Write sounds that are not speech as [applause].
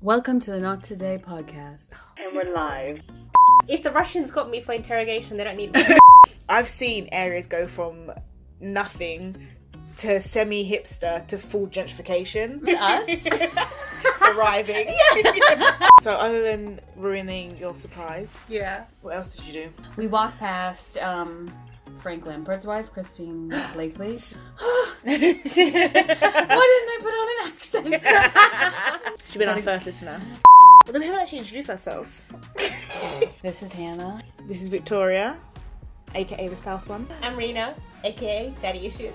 Welcome to the Not Today podcast. And we're live. If the Russians got me for interrogation, they don't need me. I've seen areas go from nothing to semi hipster to full gentrification. [laughs] Us? arriving. [laughs] so, other than ruining your surprise, yeah. what else did you do? We walked past um, Frank Lampard's wife, Christine Blakely. [laughs] Why didn't I put on an accent? She's been our first listener. Well, then we haven't actually introduced ourselves. this is Hannah. this is Victoria, aka the South one. I'm Rena, aka Daddy Issues.